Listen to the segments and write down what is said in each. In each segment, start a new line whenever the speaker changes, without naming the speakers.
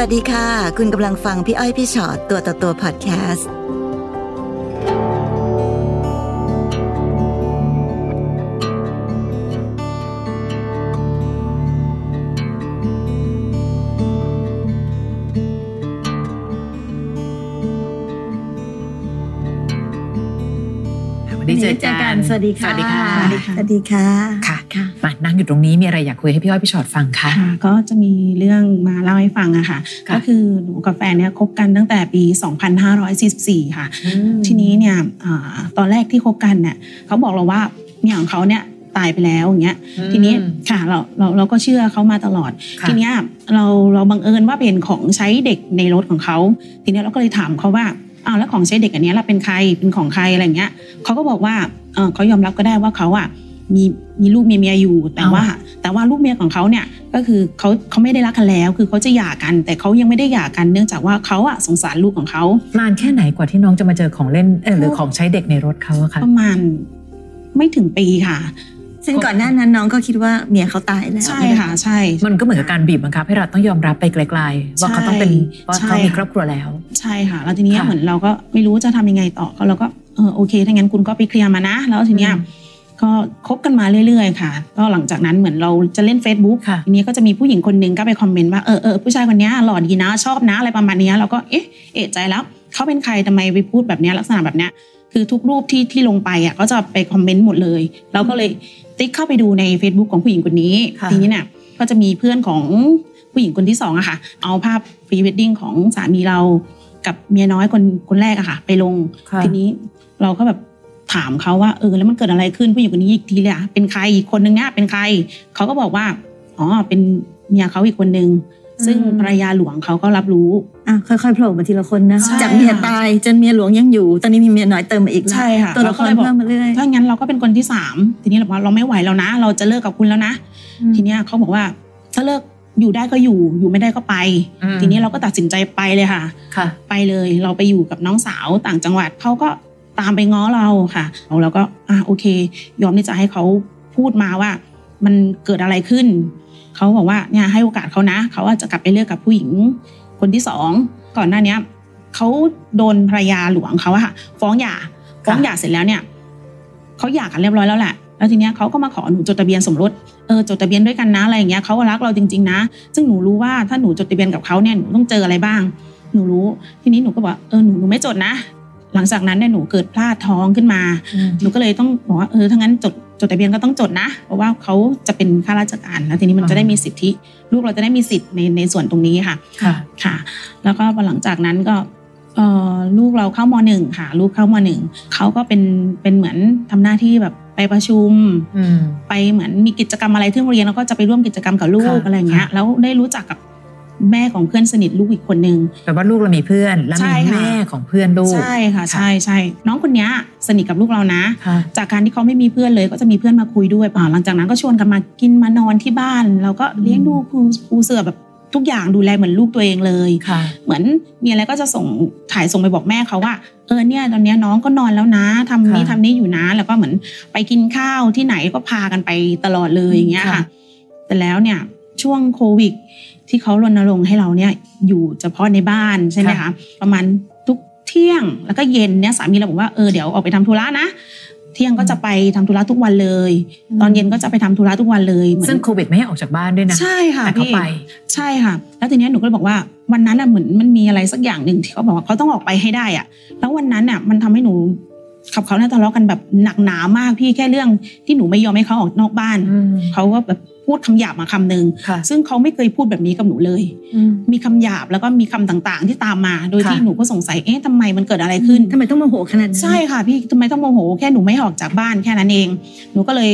วัสดีค่ะ คุณกำลังฟังพี่อ้อยพี่ชอตตัวต่อตัวพอดแคสต์
วันนี้เจอ
เจอกั
กัน
นสวัสดีค่ะ
สวัสดีค่ะ
สวัสดีค่ะ
สวัสดีค่ะ
ค่ะ
ค่ะ
มานั่งอยู่ตรงนี้มีอะไรอยากคุยให้พี่อ้อยพี่ชอตฟังค่ะ
ค่ะก็จะมีเรื่องมาเล่าให้ฟังอะค่ะ
ค่ะ
ก็คือหนูกับแฟนเนี่ยคบกันตั้งแต่ปี 2544 ค่ะ ทีนี้เนี่ยอ่าตอนแรกที่คบกันเนี่ยเขาบอกเราว่าเมียของเขาเนี่ยตายไปแล้วอย่างเงี้ย
อืม
ทีนี้ค่ะเราเราเราก็เชื่อเขามาตลอด
ค่ะ
ทีเนี้ยเราเราบังเอิญว่าเป็นของใช้เด็กในรถของเขา ทีเนี้ยเราก็เลยถามเขาว่าอ้าวแล้วของใช้เด็กอันเนี้ยล่ะเป็นใครเป็นของใครอะไรเงี้ยเขาก็บอกว่าเออเขายอมรับก็ได้ว่าเขาอ่ะมีมีลูกมีเมียอยู่ แต่
อ้าว
ว่า แต่ว่าลูกเมียของเขาเนี่ยก็คือเขาเขาไม่ได้รักกันแล้ว คือเขาจะหย่ากัน แต่เขายังไม่ได้หย่ากันเนื่องจากว่าเขาอ่ะสงสารลูกของเขา
นานแค่ไหนกว่าที่น้องจะมาเจอของเล่นเออหรือของใช้เด็กในรถเขาอะค่ะ
ประมาณไม่ถึงปีค่ะ
ซึ่งก่อนหน้านั้นน้องก็คิดว่าเมียเขาตายแล้ว
ใช่ค่ะ ใช่
มันก็เหมือนกับการบีบบังคับให้เราต้องยอมรับไปไกลๆว่าเขาต้องเป็นว่า
ใช่
เขามีครอบครัวแล้ว
ใช่ค่ะ แล้วทีเนี้ย
ค่ะ
เหมือนเราก็ไม่รู้จะทำยังไงต่อเขาเราก็เออโอเคถ้างั้นคุณก็ไปเคลียร์มานะ แล้วทีเนี้ย
อืม
ก็คบกันมาเรื่อย ๆ ค่ะ ก็หลังจากนั้นเหมือนเราจะเล่น Facebook
ค่ะ
ทีเนี้ยก็จะมีผู้หญิงคนหนึงก็ไปคอมเมนต์ว่าเออเออผู้ชายคนเนี้ยหล่อดีนะชอบนะอะไรประมาณเนี้ยเราก็เอ๊ะเอะใจแล้วเขาเป็นใครทำไมไปพูดแบบเนี้ยลักษณะแบบเนี้ยคือทุกรูปที่ที่ลงไปอ่ะก็จะไปคอมเมนต์หมดเลย เราก็เลยติ๊กเข้าไปดูใน Facebook ของผู้หญิงคนนี้
ค่ะ
ทีนี้เนี่ยก็จะมีเพื่อนของผู้หญิงคนที่สองอะค่ะ เอาภาพพรีเวดดิ้งของสามีเรากับเมียน้อยคนคนแรกอะค่ะ ไปลง
ค่ะ
ทีนี้เราก็แบบถามเขาว่าเออแล้วมันเกิดอะไรขึ้นผู้หญิงคนนี้อีกทีเลยอะเป็นใครอีกคนนึงเนี่ยเป็นใครเขาก็บอกว่าอ๋อเป็นเมียเขาอีกคนนึง ซึ่ง
อืม
ภรรยาหลวงเขาก็รับรู้
อ่ะค่อยๆโผล่มาทีละคนนะ
ใช่
จากเมียตายจนเมียหลวงยังอยู่ ตอนนี้มีเมียน้อยเติมมาอีกแล้ว
ใช่ค่ะ
ตัวละคร
ราก็ยบอก
เพิ่มมาเรื่อย
ถ้างั้นเราก็เป็นคนที่สามทีนี้เราบอกว่าเราไม่ไหวแล้วนะ เราจะเลิกกับคุณแล้วนะ ทีเนี้ยเขาบอกว่าถ้าเลิกอยู่ได้ก็อยู่อยู่ไม่ได้ก็ไป
อืม
ทีนี้เราก็ตัดสินใจไปเลยค่ะ
ค่ะ
ไปเลยเราไปอยู่กับน้องสาวต่างจังหวัดเขาก็ตามไปง้อเราค่ะเราก็อ่ะโอเค ยอมที่จะให้เขาพูดมาว่า มันเกิดอะไรขึ้นเขาบอกว่าเนี่ยให้โอกาสเขานะเขาว่าจะกลับไปเลิกกับผู้หญิงคนที่สองก่อนหน้าเนี้ยเขาโดนภรรยาหลวงเขาอะค่ะ ฟ้องหย่าฟ้องหย่าเสร็จแล้วเนี่ยเขาหย่ากันเรียบร้อยแล้วแหละแล้วทีเนี้ยเขาก็มาขอหนูจดทะเบียนสมรส เออจดทะเบียนด้วยกันนะอะไรอย่างเงี้ยเขาก็รักเราจริง ๆ นะ ซึ่งหนูรู้ว่าถ้าหนูจดทะเบียนกับเขาเนี่ยหนูต้องเจออะไรบ้าง หนูรู้ ทีนี้หนูก็บอกเออหนูหนูไม่จดนะ หลังจากนั้นเนี่ยหนูเกิดพลาดท้องขึ้นมา หนูก็เลยต้องบอกว่าเออถ้างั้นจดจดทะเบียนก็ต้องจดนะ เพราะว่าเขาจะเป็นข้าราชการแล้วทีนี้มัน
อ่า
จะได้มีสิทธิ ลูกเราจะได้มีสิทธิ์ในในส่วนตรงนี้ค่ะ
ค่ะ
ค่ะ แล้วก็พอหลังจากนั้นก็เอ่อลูกเราเข้ามหนึ่งค่ะ ลูกเข้ามหนึ่งเขาก็เป็นเป็นเหมือนทำหน้าที่แบบไปประชุม
อืม
ไปเหมือนมีกิจกรรมอะไรที่โรงเรียนแล้วก็จะไปร่วมกิจกรรมกับลูก
ค่ะ
อะไรอย่างเงี้ย
ค่ะ
แล้วได้รู้จักกับแม่ของเพื่อนสนิทลูกอีกคนนึง
แปลว่าลูกเรามีเพื่อน และ
ใช่
มี
ค่ะ
แม่ของเพื่อนลูก
ใช่ค่ะ
ค่ะ
ใช่ใช่น้องคนเนี้ยสนิทกับลูกเรานะ
ค่ะ
จากการที่เขาไม่มีเพื่อนเลยก็จะมีเพื่อนมาคุยด้วยอ่าหลังจากนั้นก็ชวนกันมากินมานอนที่บ้าน แล้วก็เลี้ยงดูครูครูเสือแบบทุกอย่างดูแลเหมือนลูกตัวเองเลย
ค่ะ
เหมือนมีอะไรก็จะส่งถ่ายส่งไปบอกแม่เขาว่าเออเนี่ยตอนเนี้ยน้องก็นอนแล้วนะทำนี้
ค่ะ
ทำนี้อยู่นะ แล้วก็เหมือนไปกินข้าวที่ไหนก็พากันไปตลอดเลยอย่างเงี้ย
ค่ะ
ค่ะ แต่แล้วเนี่ยช่วงโควิด ที่เขารณรงค์ให้เราเนี่ยอยู่เฉพาะในบ้านใช่ไหมคะประมาณทุกเที่ยงแล้วก็เย็นเนี่ยสามีเราบอกว่าเออเดี๋ยวออกไปทำธุระนะ เที่ยงก็จะไปทำธุระทุกวันเลย ตอนเย็นก็จะไปทำธุระทุกวันเลยเหมือน
ซึ่งโควิดไม่ให้ออกจากบ้านด้วยนะ
ใช่ค่ะ
แต่เขา
พี่
ไป
ใช่ค่ะ แล้วทีเนี้ยหนูก็เลยบอกว่าวันนั้นอ่ะเหมือนมันมีอะไรสักอย่างหนึ่งที่เขาบอกว่าเขาต้องออกไปให้ได้อ่ะ แล้ววันนั้นอ่ะมันทำให้หนูกับเขาเนี่ยทะเลาะกันแบบหนักหนามากพี่แค่เรื่องที่หนูไม่ยอมให้เขาออกนอกบ้าน
อืม
เขาก็แบบพูดคำหยาบมาคำหนึ่ง
ค่ะ
ซึ่งเขาไม่เคยพูดแบบนี้กับหนูเลย มีคำหยาบแล้วก็มีคำต่างๆ ที่ตามมา โดย
ค่ะ
ที่หนูก็สงสัยเอ๊ะทำไมมันเกิดอะไรขึ้น
ทำไมต้องโมโหขนาดนั้น
ใช่ค่ะพี่ทำไมต้องโมโห แค่หนูไม่ออกจากบ้านแค่นั้นเอง หนูก็เลย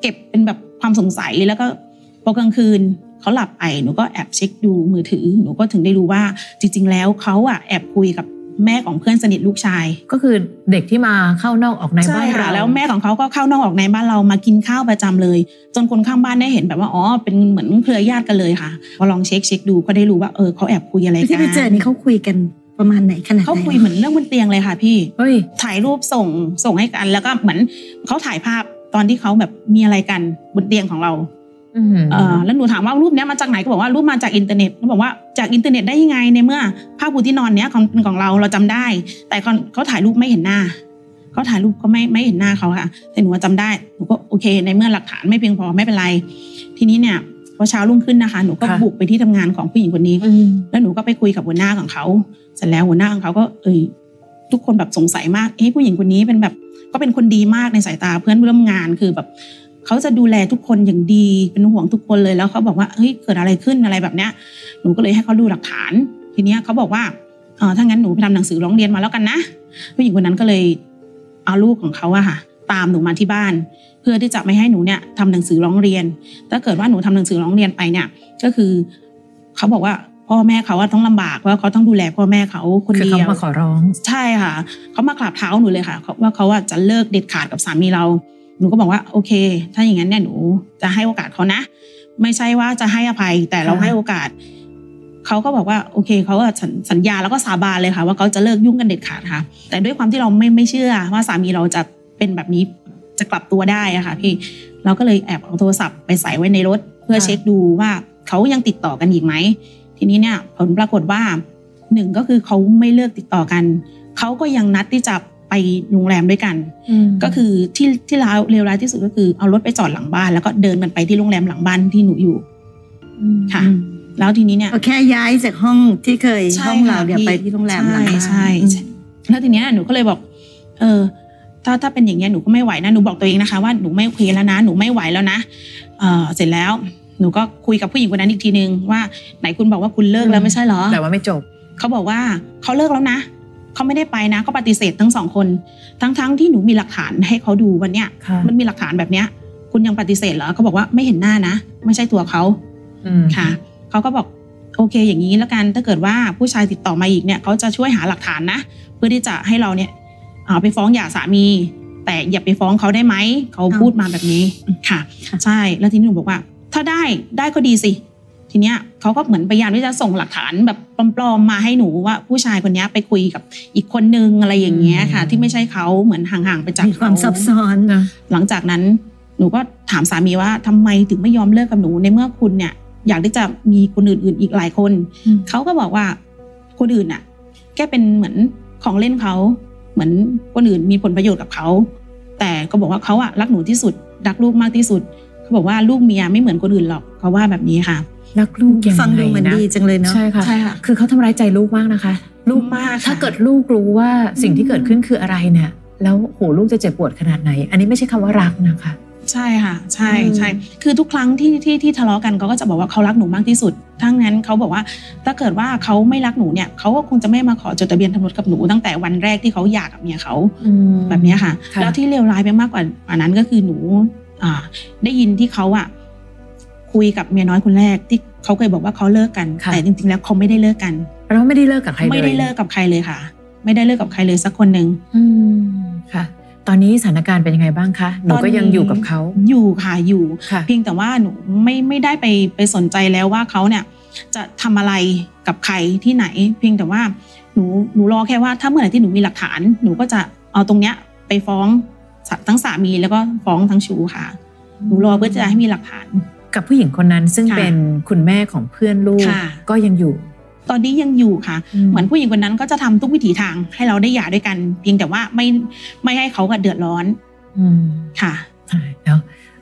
เก็บเป็นแบบความสงสัยแล้วก็พอกลางคืนเขาหลับไปหนูก็แอบเช็คดูมือถือ หนูก็ถึงได้รู้ว่าจริง ๆ แล้วเขาอะแอบคุยกับแม่ของเพื่อนสนิทลูกชาย
ก็คือเด็กที่มาเข้านอกออกในบ้าน
ค่ะ
เรา
แล้วแม่ของเขาก็เข้านอกออกในบ้านเรามากินข้าวประจำเลย จนคนข้างบ้านได้เห็นแบบว่าอ๋อเป็นเหมือนเครือญาติกันเลยค่ะพอลองเช็คเช็คดูก็ได้รู้ว่าเออเขาแอบคุยอะไรกัน
ที่ไปเจอนี่เขาคุยกันประมาณไหนขนาดไหน
เขาคุยเหมือนเรื่องบนเตียงเลยค่ะพี่
เฮ้ย
ถ่ายรูปส่งส่งให้กัน แล้วก็เหมือนเขาถ่ายภาพตอนที่เขาแบบมีอะไรกันบนเตียงของเรา
อืม
เอ่อแล้วหนูถามว่ารูปเนี้ยมาจากไหนก็บอกว่ารูปมาจากอินเทอร์เน็ตเขาบอกว่าจากอินเทอร์เน็ตได้ยังไงในเมื่อผ้าปูที่นอนเนี้ยของเป็นของเราเราจำได้ แต่เขาเขาถ่ายรูปไม่เห็นหน้าเขาถ่ายรูปก็ไม่ไม่เห็นหน้าเขาค่ะ แต่หนูว่าจำได้หนูก็โอเค ในเมื่อหลักฐานไม่เพียงพอไม่เป็นไร ทีนี้เนี่ยพอเช้ารุ่งขึ้นนะคะหนูก็บุกไปที่ทำงานของผู้หญิงคนนี้
อืม
แล้วหนูก็ไปคุยกับหัวหน้าของเขา เสร็จแล้วหัวหน้าของเขาก็เอยทุกคนแบบสงสัยมาก เอ้ผู้หญิงคนนี้เป็นแบบก็เป็นคนดีมากในสายตาเพื่อนร่วมงานคือแบบเขาจะดูแลทุกคนอย่างดีเป็นห่วงทุกคนเลยแล้วเขาบอกว่าเฮ้ยเกิดอะไรขึ้นอะไรแบบเนี้ยหนูก็เลยให้เขาดูหลักฐาน ทีเนี้ยเขาบอกว่าเออถ้างั้นหนูไปทำหนังสือร้องเรียนมาแล้วกันนะ ผู้หญิงคนนั้นก็เลยเอาลูกของเขาอะค่ะ ตามหนูมาที่บ้าน เพื่อที่จะไม่ให้หนูเนี่ยทำหนังสือร้องเรียน ถ้าเกิดว่าหนูทำหนังสือร้องเรียนไปเนี่ย ก็คือเขาบอกว่าพ่อแม่เขาว่าต้องลำบากว่าเขาต้องดูแลพ่อแม่เขาคน
คือ
เดียว
เขามาขอร้อง
ใช่ค่ะเขามากราบเท้าหนูเลยค่ะเขาว่าเขาว่าจะเลิกเด็ดขาดกับสามีเรา หนูก็บอกว่าโอเค ถ้าอย่างนั้นเนี่ยหนูจะให้โอกาสเขานะ ไม่ใช่ว่าจะให้อภัยแต่เรา
ค่ะ
ให้โอกาสเขาก็บอกว่าโอเคเขาก็สัญสัญญาแล้วก็สาบานเลยค่ะ ว่าเขาจะเลิกยุ่งกันเด็ดขาดค่ะ แต่ด้วยความที่เราไม่ไม่เชื่อว่าสามีเราจะเป็นแบบนี้จะกลับตัวได้อะค่ะพี่เราก็เลยแอบเอาโทรศัพท์ไปใส่ไว้ในรถ เพื่อเช็คดูว่าเขายังติดต่อกันอีกไหม ทีนี้เนี่ยผลปรากฏว่าหนึ่งก็คือเขาไม่เลิกติดต่อกัน เขาก็ยังนัดที่จะไปโรงแรมด้วยกัน ก็คือที่ที่ร้ายเลวร้ายที่สุดก็คือเอารถไปจอดหลังบ้าน แล้วก็เดินกันไปที่โรงแรมหลังบ้านที่หนูอยู่ ค่ะ แล้วทีนี้เนี่ย
ก็แค่ย้ายจากห้องที่เคย
ใช่
ห้องเราเนี่ย
ค่ะพี่
ไปที่โรงแรมหลังบ้าน
ใช่ใช่ แล้วทีเนี้ยหนูก็เลยบอก เออ ถ้าถ้าเป็นอย่างเงี้ยหนูก็ไม่ไหวนะหนูบอกตัวเองนะคะว่าหนูไม่โอเคแล้วนะ หนูไม่ไหวแล้วนะเออเสร็จแล้วหนูก็คุยกับผู้หญิงคนนั้นอีกทีนึงว่าไหนคุณบอกว่าคุณเลิกแล้วไม่ใช่เหรอ
แต่ว่าไม่จบ
เขาบอกว่าเขาเลิกแล้วนะเขาไม่ได้ไปนะเขาปฏิเสธทั้งสองคน ทั้งๆที่หนูมีหลักฐานให้เขาดูวันเนี้ย
ค่ะ
มันมีหลักฐานแบบเนี้ย คุณยังปฏิเสธเหรอเขาบอกว่าไม่เห็นหน้านะ ไม่ใช่ตัวเขา
อืม
ค่ะเขาก็บอกโอเค อย่างนี้แล้วกันถ้าเกิดว่าผู้ชายติดต่อมาอีกเนี่ยเขาจะช่วยหาหลักฐานนะ เพื่อที่จะให้เราเนี่ยเอาไปฟ้องหย่าสามี แต่อย่าไปฟ้องเขาได้ไหมเขาพูดมาแบบนี้ค่ะ ใช่แล้วทีนี้หนูบอกว่า ถ้าได้ได้ก็ดีสิ ทีเนี้ยเขาก็เหมือนพยายามที่จะส่งหลักฐานแบบปลอมๆมาให้หนูว่าผู้ชายคนเนี้ยไปคุยกับอีกคนนึงอะไรอย่างเงี้ยค่ะ ที่ไม่ใช่เขาเหมือนห่างๆไปจาก
มีความ
เข
ซับซ้อน
นะ
หลังจากนั้นหนูก็ถามสามีว่าทำไมถึงไม่ยอมเลิกกับหนูในเมื่อคุณเนี่ย อยากที่จะมีคนอื่นๆอีกหลายคน เขาก็บอกว่าคนอื่นน่ะ แค่เป็นเหมือนของเล่นเขา เหมือนคนอื่นมีผลประโยชน์กับเขา แต่ก็บอกว่าเขาอะรักหนูที่สุด รักลูกมากที่สุด เขาบอกว่าลูกเมียไม่เหมือนคนอื่นหรอกเขาว่าแบบนี้ค่ะ
รักลูกยังไงนะ
ฟังดูเหมันดีจังเลยเนาะ
ใช่ค่ะ
ใช่ค่ะ
คือเขาทำร้ายใจลูกมากนะคะ ลูก
มากค่ะ
ถ้าเกิดลูกรู้ว่าสิ่งที่เกิดขึ้นคืออะไรเนี่ย แล้วโหลูกจะเจ็บปวดขนาดไหน อันนี้ไม่ใช่คำว่ารักนะคะ
ใช่ค่ะ ใช่
อืม
ใช่ คือทุกครั้งที่ที่ที่ทะเลาะกันเขาก็จะบอกว่าเขารักหนูมากที่สุด ทั้งนั้นเขาบอกว่าถ้าเกิดว่าเขาไม่รักหนูเนี่ยเขาก็คงจะไม่มาขอจดทะเบียนทำรถกับหนูตั้งแต่วันแรกที่เขาหย่ากับเมียเขา แบบเนี้ยค่ะ
ค่ะ
แล้วที่เลวร้ายไปมากกว่าอันนั้นก็คือหนู อ่า ได้ยินที่เขาอ่ะคุยกับเมียน้อยคนแรกที่เขาเคยบอกว่าเขาเลิกกัน
ค่ะ
แต่จริงๆแล้วเขาไม่ได้เลิกกัน
เราไม่ได้เลิกกับใครเลย
ไม่ได้เลิกกับใครเลยค่ะ ไม่ได้เลิกกับใครเลยสักคนหนึ่ง
อืมค่ะ ตอนนี้สถานการณ์เป็นยังไงบ้างคะหนู
ตน
ก็
นี้
ยังอยู่กับเขา
อยู่ค่ะอยู่
ค่ะ
เพียงแต่ว่าหนูไม่ไม่ได้ไปไปสนใจแล้วว่าเขาเนี่ยจะทำอะไรกับใครที่ไหน เพียงแต่ว่าหนูหนูรอแค่ว่าถ้าเมื่อไหร่ที่หนูมีหลักฐาน หนูก็จะเอาตรงเนี้ยไปฟ้องทั้งสามีแล้วก็ฟ้องทั้งชูค่ะ หนูรอเพื่อจะให้มีหลักฐาน
กับผู้หญิงคนนั้นซึ่ง
ค่ะ
เป็นคุณแม่ของเพื่อนลูก
ค่ะ
ก็ยังอยู่
ตอนนี้ยังอยู่ค่ะ เหมือนผู้หญิงคนนั้นก็จะทำทุกวิถีทางให้เราได้หย่าด้วยกัน เพียงแต่ว่าไม่ไม่ให้เขาก็เดือดร้อน
อืม
ค่ะ
ใช่แล้ว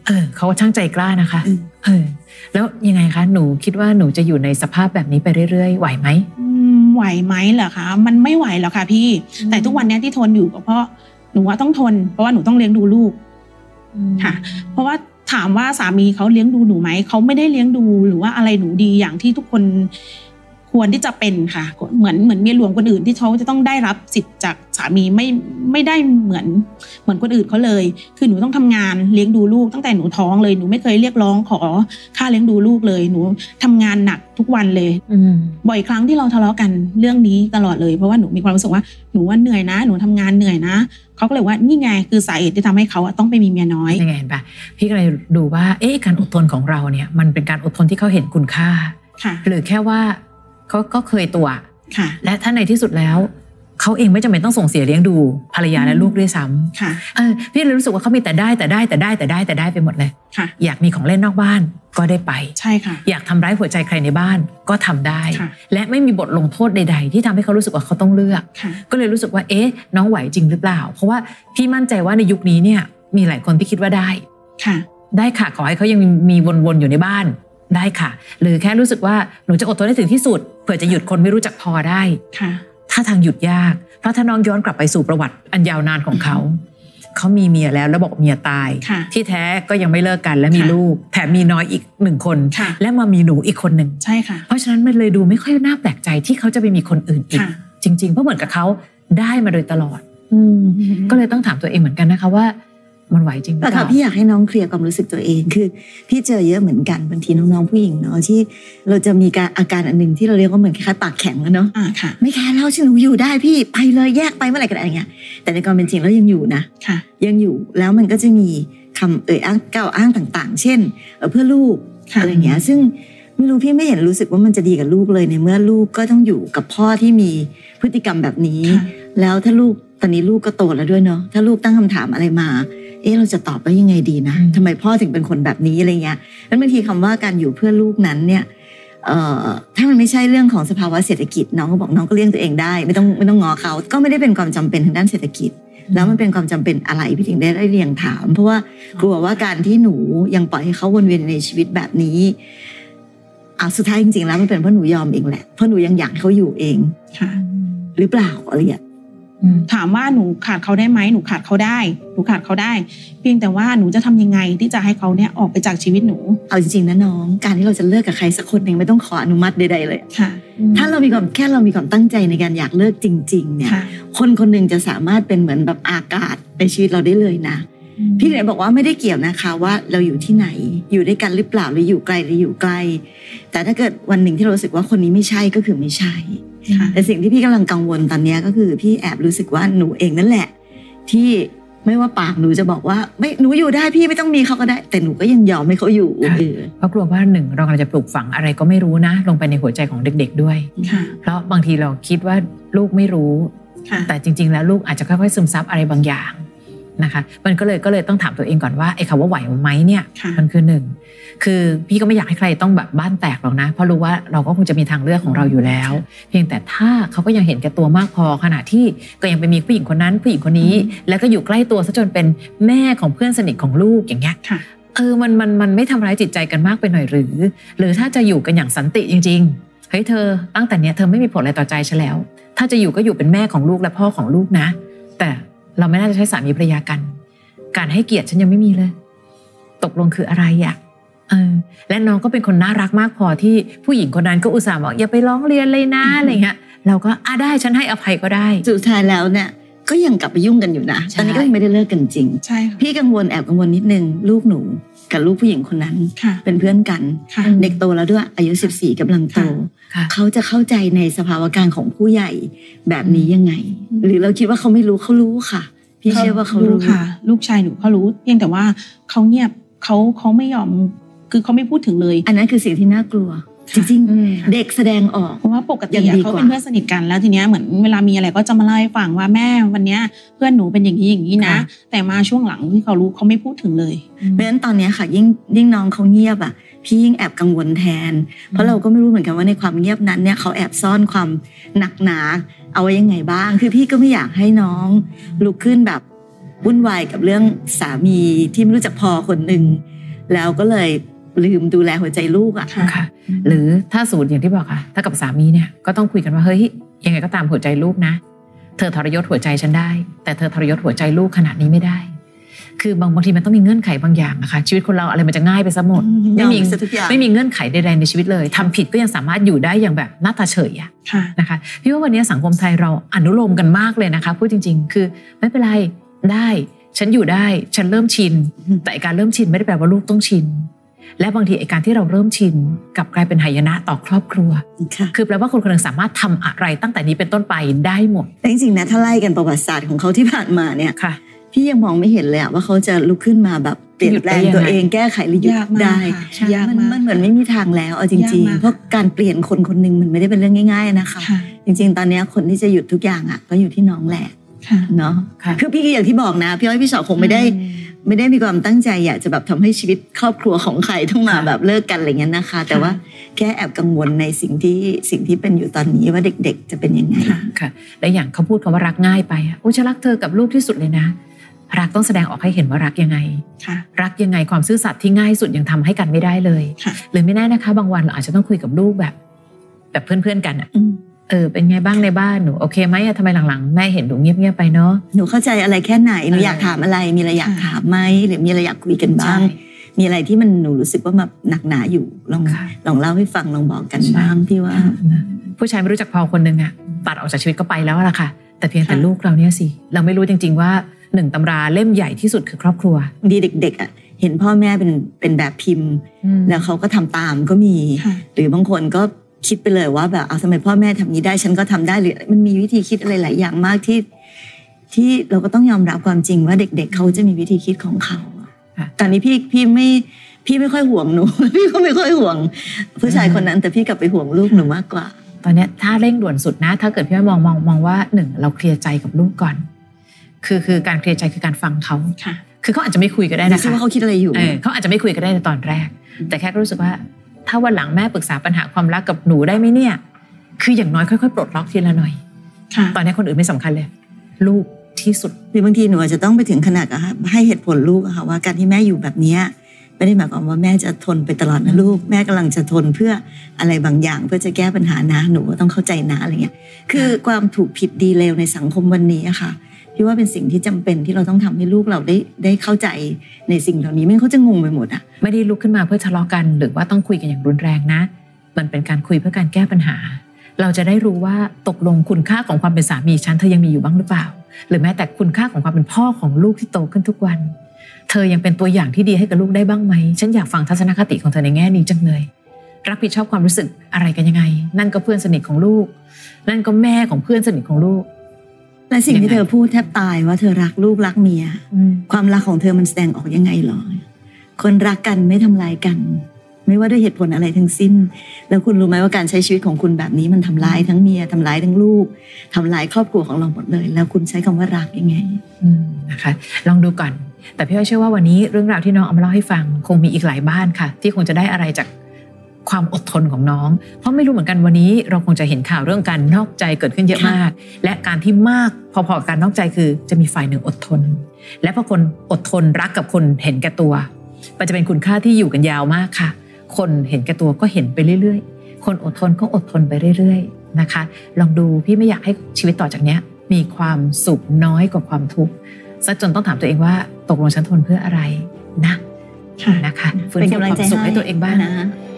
เออเขาช่างใจกล้านะคะ
อืม
เออแล้วยังไงคะหนูคิดว่าหนูจะอยู่ในสภาพแบบนี้ไปเรื่อยๆ ไหวไหม
อืมไหวไหมเหรอคะ มันไม่ไหวหรอกค่ะพี่
อืม
แต่ทุกวันเนี้ยที่ทนอยู่ก็เพราะหนูว่าต้องทน เพราะว่าหนูต้องเลี้ยงดูลูก ค่ะ เพราะว่าถามว่าสามีเขาเลี้ยงดูหนูไหม เขาไม่ได้เลี้ยงดูหรือว่าอะไรหนูดีอย่างที่ทุกคนควรที่จะเป็นค่ะ เหมือนเหมือนเมียหลวงคนอื่นที่เขาจะต้องได้รับสิทธิ์จากสามีไม่ไม่ได้เหมือนเหมือนคนอื่นเขาเลย คือหนูต้องทำงานเลี้ยงดูลูกตั้งแต่หนูท้องเลย หนูไม่เคยเรียกร้องขอค่าเลี้ยงดูลูกเลย หนูทำงานหนักทุกวันเลย
อืม
บ่อยครั้งที่เราทะเลาะกันเรื่องนี้ตลอดเลยเพราะว่าหนูมีความรู้สึกว่าหนูว่าเหนื่อยนะ หนูทำงานเหนื่อยนะเขาก็เลยว่านี่ไงคือสาเหตุที่ทำให้เขาอะต้องไปมีเมียน้อย
ยังไงเห็นปะพี่ก็เลยดูว่าเอ๊ะการอดทนของเราเนี่ย มันเป็นการอดทนที่เขาเห็นคุณค่า
ค่ะ
หรือแค่ว่าเขาก็เคยตัว
ค่ะ
และถ้าในที่สุดแล้ว เขาเองไม่จำเป็นต้องส่งเสียเลี้ยงดูภรรยาและลูกด้วยซ้ำ
ค่ะ
เออพี่เลยรู้สึกว่าเขามีแต่ได้แต่ได้แต่ได้แต่ได้แต่ได้ไปหมดเลย
ค่ะ
อยากมีของเล่นนอกบ้านก็ได้ไป
ใช่ค่ะ
อยากทำร้ายหัวใจใครในบ้านก็ทำได้
ค่ะ
และไม่มีบทลงโทษใด ๆ ที่ทำให้เขารู้สึกว่าเขาต้องเลือก
ค่ะ
ก็เลยรู้สึกว่าเอ๊ะน้องไหวจริงหรือเปล่า เพราะว่าพี่มั่นใจว่าในยุคนี้เนี่ยมีหลายคนที่คิดว่าได้
ค่ะ
ได้ค่ะขอให้เขายังมีวนๆอยู่ในบ้านได้ค่ะ หรือแค่รู้สึกว่าหนูจะอดทนให้ถึงที่สุดเผื่อจะหยุดคนไม่รู้จักพอได้
ค่ะ
ถ้าทางหยุดยาก เพราะถ้าน้องย้อนกลับไปสู่ประวัติอันยาวนานของเขา เขามีเมียแล้วแล้วบอกเมียตาย
ค่ะ
ที่แท้ก็ยังไม่เลิกกันและมี
ค่ะ
ลูกแถมมีน้อยอีกหนึ่งคน
ค่ะ
และมามีหนูอีกคนหนึ่ง
ใช่ค่ะ
เพราะฉะนั้นมันเลยดูไม่ค่อยน่าแปลกใจที่เขาจะไปมีคนอื่นอีก
ค่ะ
จริง ๆ เพราะเหมือนกับเขาได้มาโดยตลอด
ก็
ก็
เลย
เลยต้องถามตัวเองเหมือนกันนะคะว่า มันไหวจริงหรื
แต่
อเป
ค่ะ
ล่า
พี่อยากให้น้องเคลียร์ความรู้สึกตัวเองคือ พี่เจอเยอะเหมือนกันบางทีน้องๆผู้หญิงเนาะที่ เราจะมีการอาการอันหนึ่งที่เราเรียกว่าเหมือนคล้ายๆปากแข็งแล้วเนาะ
อ่าค่ะ
ไม่แคร์แล้วฉันหนูอยู่ได้พี่ไปเลยแยกไปเมื่อไหร่ก็ได้อะไรเงี้ยแต่ในความเป็นจริงแล้วยังอยู่นะ
ค่ะ
ยังอยู่แล้วมันก็จะมีคำเอ่ยอ้างกล่าวอ้างต่างๆ เช่นเอ่อเพื่อลูก
ค่ะ
อะไรอย่างเงี้ยซึ่งไม่รู้พี่ไม่เห็นรู้สึกว่ามันจะดีกับลูกเลยในเมื่อลูกก็ต้องอยู่กับพ่อที่มีพฤติกรรมแบบนี้
ค่ะ
แล้วถ้าลูกตอนนี้ลูกก็โตแล้วด้วยเนาะถ้าลูกตั้งคำถามอะไรมา เอ๊ะเราจะตอบว่ายังไงดีนะ
อืม
ทำไมพ่อถึงเป็นคนแบบนี้อะไรเงี้ยนั้นบางทีคำว่าการอยู่เพื่อลูกนั้นเนี่ยเอ่อถ้ามันไม่ใช่เรื่องของสภาวะเศรษฐกิจน้องก็บอกน้องก็เลี้ยงตัวเองได้ ไม่ต้องไม่ต้องงอเขาก็ไม่ได้เป็นความจำเป็นทางด้านเศรษฐกิจ แล้วมันเป็นความจำเป็นอะไรพี่ถึงได้ได้เรียงถาม เพราะว่ากลัวว่าการที่หนูยังปล่อยให้เขาวนเวียนในชีวิตแบบนี้อ่ะสุดท้ายจริงๆแล้วมันเป็นเพราะหนูยอมเองแหละเพราะหนูยังอยากให้เขาอยู่เอง
ค่ะ
หรือเปล่าอะไรอย่างเงี้ย
อืม
ถามว่าหนูขาดเขาได้ไหมหนูขาดเขาได้ หนูขาดเขาได้ เพียงแต่ว่าหนูจะทำยังไงที่จะให้เขาเนี่ยออกไปจากชีวิตหนู
เอาจริงๆนะน้องการที่เราจะเลิกกับใครสักคนหนึ่งไม่ต้องขออนุมัติใดๆเลย
ค่ะ
ถ้าเรามีความแค่เรามีความตั้งใจในการอยากเลิกจริง ๆ เนี่ย
ค่ะ
คนคนหนึ่งจะสามารถเป็นเหมือนแบบอากาศในชีวิตเราได้เลยนะ พี่เหนบอกว่าไม่ได้เกี่ยวนะคะว่าเราอยู่ที่ไหนอยู่ด้วยกันหรือเปล่าหรืออยู่ไกลหรืออยู่ใกล้ แต่ถ้าเกิดวันหนึ่งที่เรารู้สึกว่าคนนี้ไม่ใช่ก็คือไม่ใช่
ค่ะ
แต่สิ่งที่พี่กำลังกังวลตอนเนี้ยก็คือพี่แอบรู้สึกว่าหนูเองนั่นแหละ ที่ไม่ว่าปากหนูจะบอกว่าไม่หนูอยู่ได้พี่ไม่ต้องมีเขาก็ได้ แต่หนูก็ยังยอมให้เขาอยู่เออ
เพราะกลัวว่าหนึ่งเรากำลังจะปลูกฝังอะไรก็ไม่รู้นะ ลงไปในหัวใจของเด็ก ๆด้วย
ค่ะ
เพราะบางทีเราคิดว่าลูกไม่รู้
ค่ะ
แต่จริง ๆ แล้วลูกอาจจะค่อยๆซึมซับอะไรบางอย่างนะคะ มันก็เลยก็เลยต้องถามตัวเองก่อนว่าไอ้คำว่าไหวไหมเนี่ย
ค่ะ
มันคือหนึ่งคือพี่ก็ไม่อยากให้ใครต้องแบบบ้านแตกหรอกนะ เพราะรู้ว่าเราก็คงจะมีทางเลือกของเราอยู่แล้ว เพียงแต่ถ้าเขาก็ยังเห็นแก่ตัวมากพอขณะที่ก็ยังไปมีผู้หญิงคนนั้น ผู้หญิงคนนี้ แล้วก็อยู่ใกล้ตัวซะจนเป็นแม่ของเพื่อนสนิทของลูกอย่างเงี้ย
ค่ะ
เออ มัน มัน มันไม่ทำร้ายจิตใจกันมากไปหน่อยหรือ หรือถ้าจะอยู่กันอย่างสันติจริงๆ เฮ้ยเธอ ตั้งแต่เนี้ยเธอไม่มีผลอะไรต่อใจฉันแล้ว ถ้าจะอยู่ก็อยู่เป็นแม่ของลูกและพ่อของลูกนะ แต่เราไม่น่าจะใช้สามีภรรยากัน การให้เกียรติฉันยังไม่มีเลย ตกลงคืออะไรอะเออ และน้องก็เป็นคนน่ารักมากพอที่ผู้หญิงคนนั้นก็อุตส่าห์บอกอย่าไปร้องเรียนเลยนะอะไรเงี้ย เราก็อ่ะได้ฉันให้อภัยก็ได้
สุดท้ายแล้วเนี่ยก็ยังกลับไปยุ่งกันอยู่นะ
ใช่
ตอนนี้ก็ยังไม่ได้เลิกกันจริง
ใช่ค่ะ
พี่กังวลแอบกังวลนิดนึงลูกหนูกับลูกผู้หญิงคนนั้น
ค่ะ
เป็นเพื่อนกัน
ค่ะ
เด็กโตแล้วด้วยอายุ 14กำลังโต
ค่ะ
เขาจะเข้าใจในสภาวะการของผู้ใหญ่แบบนี้ยังไง
อืม
หรือเราคิดว่าเขาไม่รู้เขารู้ค่ะ พี่เชื่อว่าเขารู้
ค่ะ ลูกชายหนูเขารู้ เพียงแต่ว่าเขาเงียบเขาเขาไม่ยอม คือเขาไม่พูดถึงเลย
อันนั้นคือสิ่งที่น่ากลัว จริง
อืม
ๆ เด็กแสดงออก
เพราะว่าปกติ
ยัง
อะ
ดีกว่า
เขาเป็นเพื่อนสนิทกันแล้วทีเนี้ยเหมือนเวลามีอะไรก็จะมาเล่าให้ฟังว่าแม่วันเนี้ยเพื่อนหนูเป็นอย่างนี้อย่างนี้นะ
ค่ะ
แต่มาช่วงหลังที่เขารู้เขาไม่พูดถึงเลย
เพราะฉะนั้นตอนเนี้ยค่ะยิ่งยิ่งน้องเขาเงียบอ่ะพี่ยิ่งแอบกังวลแทน เพราะเราก็ไม่รู้เหมือนกันว่าในความเงียบนั้นเนี่ยเขาแอบซ่อนความหนักหนา เอาไว้ยังไงบ้าง คือพี่ก็ไม่อยากให้น้องลุกขึ้นแบบวุ่นวายกับเรื่องสามีที่ไม่รู้จักพอคนหนึ่งแล้วก็เลยลืมดูแลหัวใจลูกอ่ะ
ค่ะ
ค่ะหรือถ้าสูตรอย่างที่บอกอะถ้ากับสามีเนี่ยก็ต้องคุยกันว่าเฮ้ยยังไงก็ตามหัวใจลูกนะ เธอทรยศหัวใจฉันได้ แต่เธอทรยศหัวใจลูกขนาดนี้ไม่ได้ คือบางบางทีมันต้องมีเงื่อนไขบางอย่างนะคะชีวิตคนเราอะไรมันจะง่ายไปซะหมดไม่มี
ยอมซะทุกอย่าง
ไม่มีเงื่อนไขใดๆในชีวิตเลยทำผิดก็ยังสามารถอยู่ได้อย่างแบบหน้าตาเฉยอะ
ค่ะ
นะคะพี่ว่าวันนี้สังคมไทยเราอนุโลมกันมากเลยนะคะพูดจริง ๆ คือไม่เป็นไรได้ ฉันอยู่ได้ฉันเริ่มชิน
อืม
แต่ไอ้การเริ่มชินไม่ได้แปลว่าลูกต้องชิน และบางทีไอ้การที่เราเริ่มชินกลับกลายเป็นหายนะต่อครอบครัว
ค่ะ
คือแปลว่าคนคนหนึ่งสามารถทำอะไรตั้งแต่นี้เป็นต้นไปได้หมด
แต่จริงๆนะถ้าไล่กันประวัติศาสตร์ของเขาที่ผ่านมาเนี่ย
ค่ะ
พี่ยังมองไม่เห็นเลยอะว่าเขาจะลุกขึ้นมาแบบ เปลี่ยนแปลงตัวเองแก้ไขหรือหยุด
ยากมาก
ได้
ค่ะ
ใช่
ยาก
มัน
มาก
มันเหมือนไม่มีทางแล้วเอาจริง
ยากมาก
ๆ เพราะการเปลี่ยนคนคนหนึ่งมันไม่ได้เป็นเรื่องง่าย ๆ นะคะ
ค่ะ
จริง ๆ ตอนเนี้ยคนที่จะหยุดทุกอย่างอ่ะก็อยู่ที่น้องแหละ
ค่ะ
เนาะ
ค่ะ
คือพี่ก็อย่างที่บอกนะพี่อ้อยพี่สาวคงไม่ได้ ไม่ได้มีความตั้งใจอยากจะแบบทำให้ชีวิตครอบครัวของใครต้องมา
ค่ะ
แบบเลิกกันอะไรเงี้ยนะคะ แต่ว่าแค่แอบกังวลในสิ่งที่สิ่งที่เป็นอยู่ตอนนี้ว่าเด็กๆ จะเป็นยังไง
ค่ะ และอย่างเขาพูดคำว่ารักง่ายไปอะโอ้ฉันรักเธอกับลูกที่สุดเลยนะ รักต้องแสดงออกให้เห็นว่ารักยังไง
ค่ะ
รักยังไงความซื่อสัตย์ที่ง่ายสุดยังทำให้กันไม่ได้เลย
ค่ะ
หรือไม่แน่นะคะ บางวันเราอาจจะต้องคุยกับลูกแบบแบบเพื่อนๆกันอะ
อืม
เออเป็นไงบ้างในบ้านหนูโอเคไหมอะทำไมหลังๆแม่เห็นหนูเงียบๆไปเนาะ
หนูเข้าใจอะไรแค่ไหนหนู
เออ
อ
อ
ยากถามอะไรมีอะไรอยาก
ค่ะ
ถามไหมหรือมีอะไรอยากคุยกันบ้าง มีอะไรที่มันหนูรู้สึกว่าแบบหนักหนาอยู่ลอง
ค่ะ
ลองเล่าให้ฟังลองบอกกัน
ใช่
บ้างพี่ว่า
นะผู้ชายไม่รู้จักพอคนหนึ่งอะตัดออกจากชีวิตก็ไปแล้วอะล่ะค่ะ แต่เพียงแต่
ค่ะ
ลูกเราเนี่ยสิ เราไม่รู้จริง ๆ ว่าหนึ่งตำราเล่มใหญ่ที่สุดคือครอบครัว
บางทีเด็กๆอ่ะเห็นพ่อแม่เป็นเป็นแบบพิมพ์ แล้วเขาก็ทำตามก็มี
ค่ะ
หรือบางคนก็คิดไปเลยว่าแบบเอาทำไมพ่อแม่ทำนี้ได้ฉันก็ทำได้หรือมันมีวิธีคิดอะไรหลายอย่างมากที่ ที่เราก็ต้องยอมรับความจริงว่าเด็ก ๆ เขาจะมีวิธีคิดของเขาอะ
ค่ะ
ตอนนี้พี่พี่ไม่พี่ไม่ค่อยห่วงหนู พี่ก็ไม่ค่อยห่วง ผู้ชายคนนั้น แต่พี่กลับไปห่วงลูกหนูมากกว่า
ตอนเนี้ยถ้าเร่งด่วนสุดนะ ถ้าเกิดพี่แม่มองมองมองว่าหนึ่งเราเคลียร์ใจกับลูกก่อน คือคือการเคลียร์ใจคือการฟังเขา
ค่ะ
คือเขาอาจจะไม่คุยก็ได้
ดู
นะ
ซิ
คะ
ว่าเขาคิดอะไรอยู่
เออเขาอาจจะไม่คุยก็ได้ในตอนแรก
อืม
แต่แค่รู้สึกว่า ถ้าวันหลังแม่ปรึกษาปัญหาความรักกับหนูได้ไหมเนี่ย คืออย่างน้อยค่อยๆปลดล็อกทีละหน่อย
ค่ะ
ตอนเนี้ยคนอื่นไม่สำคัญเลย ลูกที่สุด
หรือบางทีหนูอาจจะต้องไปถึงขนาดกับให้เหตุผลลูกอะค่ะว่าการที่แม่อยู่แบบเนี้ยไม่ได้หมายความว่าแม่จะทนไปตลอดนะลูก แม่กำลังจะทนเพื่ออะไรบางอย่าง เพื่อจะแก้ปัญหานะหนูก็ต้องเข้าใจนะอะไรเงี้ยคือความถูกผิดดีเลวในสังคมวันนี้อะค่ะพี่ว่าเป็นสิ่งที่จำเป็นที่เราต้องทำให้ลูกเราได้ได้เข้าใจในสิ่งเหล่านี้ไม่งั้นเขาจะงงไปหมดอะ
ไม่ได้ลุกขึ้นมาเพื่อทะเลาะกัน หรือว่าต้องคุยกันอย่างรุนแรงนะ มันเป็นการคุยเพื่อการแก้ปัญหา เราจะได้รู้ว่าตกลงคุณค่าของความเป็นสามีฉันเธอยังมีอยู่บ้างหรือเปล่า หรือแม้แต่คุณค่าของความเป็นพ่อของลูกที่โตขึ้นทุกวัน เธอยังเป็นตัวอย่างที่ดีให้กับลูกได้บ้างไหม ฉันอยากฟังทัศนคติของเธอในแง่นี้จังเลย รับผิดชอบความรู้สึกอะไรกันยังไง นั่นก็เพื่อนสนิทของลูก นั่นก็แม่ของเพื่อนสนิทของลูก
และสิ่งที่
ยังไง
เธอพูดแทบตายว่าเธอรักลูกรักเมีย ความรักของเธอมันแสดงออกยังไงหรอ คนรักกันไม่ทำลายกัน ไม่ว่าด้วยเหตุผลอะไรทั้งสิ้น แล้วคุณรู้ไหมว่าการใช้ชีวิตของคุณแบบนี้มันทำร้ายทั้งเมียทำร้ายทั้งลูกทำร้ายครอบครัวของเราหมดเลย แล้วคุณใช้คำว่ารักยังไง
อืมนะคะลองดูก่อน แต่พี่อ้อยเชื่อว่าวันนี้เรื่องราวที่น้องเอามาเล่าให้ฟัง คงมีอีกหลายบ้านค่ะ ที่คงจะได้อะไรจากความอดทนของน้อง เพราะไม่รู้เหมือนกันวันนี้ เราคงจะเห็นข่าวเรื่องการนอกใจเกิดขึ้นเยอะมาก และการที่มากพอๆกับการนอกใจคือจะมีฝ่ายหนึ่งอดทน และพอคนอดทนรักกับคนเห็นแก่ตัว มันจะเป็นคุณค่าที่อยู่กันยาวมากค่ะ คนเห็นแก่ตัวก็เห็นไปเรื่อยๆ คนอดทนก็อดทนไปเรื่อยๆนะคะ ลองดูพี่ไม่อยากให้ชีวิตต่อจากเนี้ย มีความสุขน้อยกว่าความทุกข์ซะจนต้องถามตัวเองว่าตกลงฉันทนเพื่ออะไรนะ
ค่ะ
นะคะฟื้น
เป็น
ฟู
กำลัง
ความ
ใจ
สุขให้ตัวเองบ้าง
นะ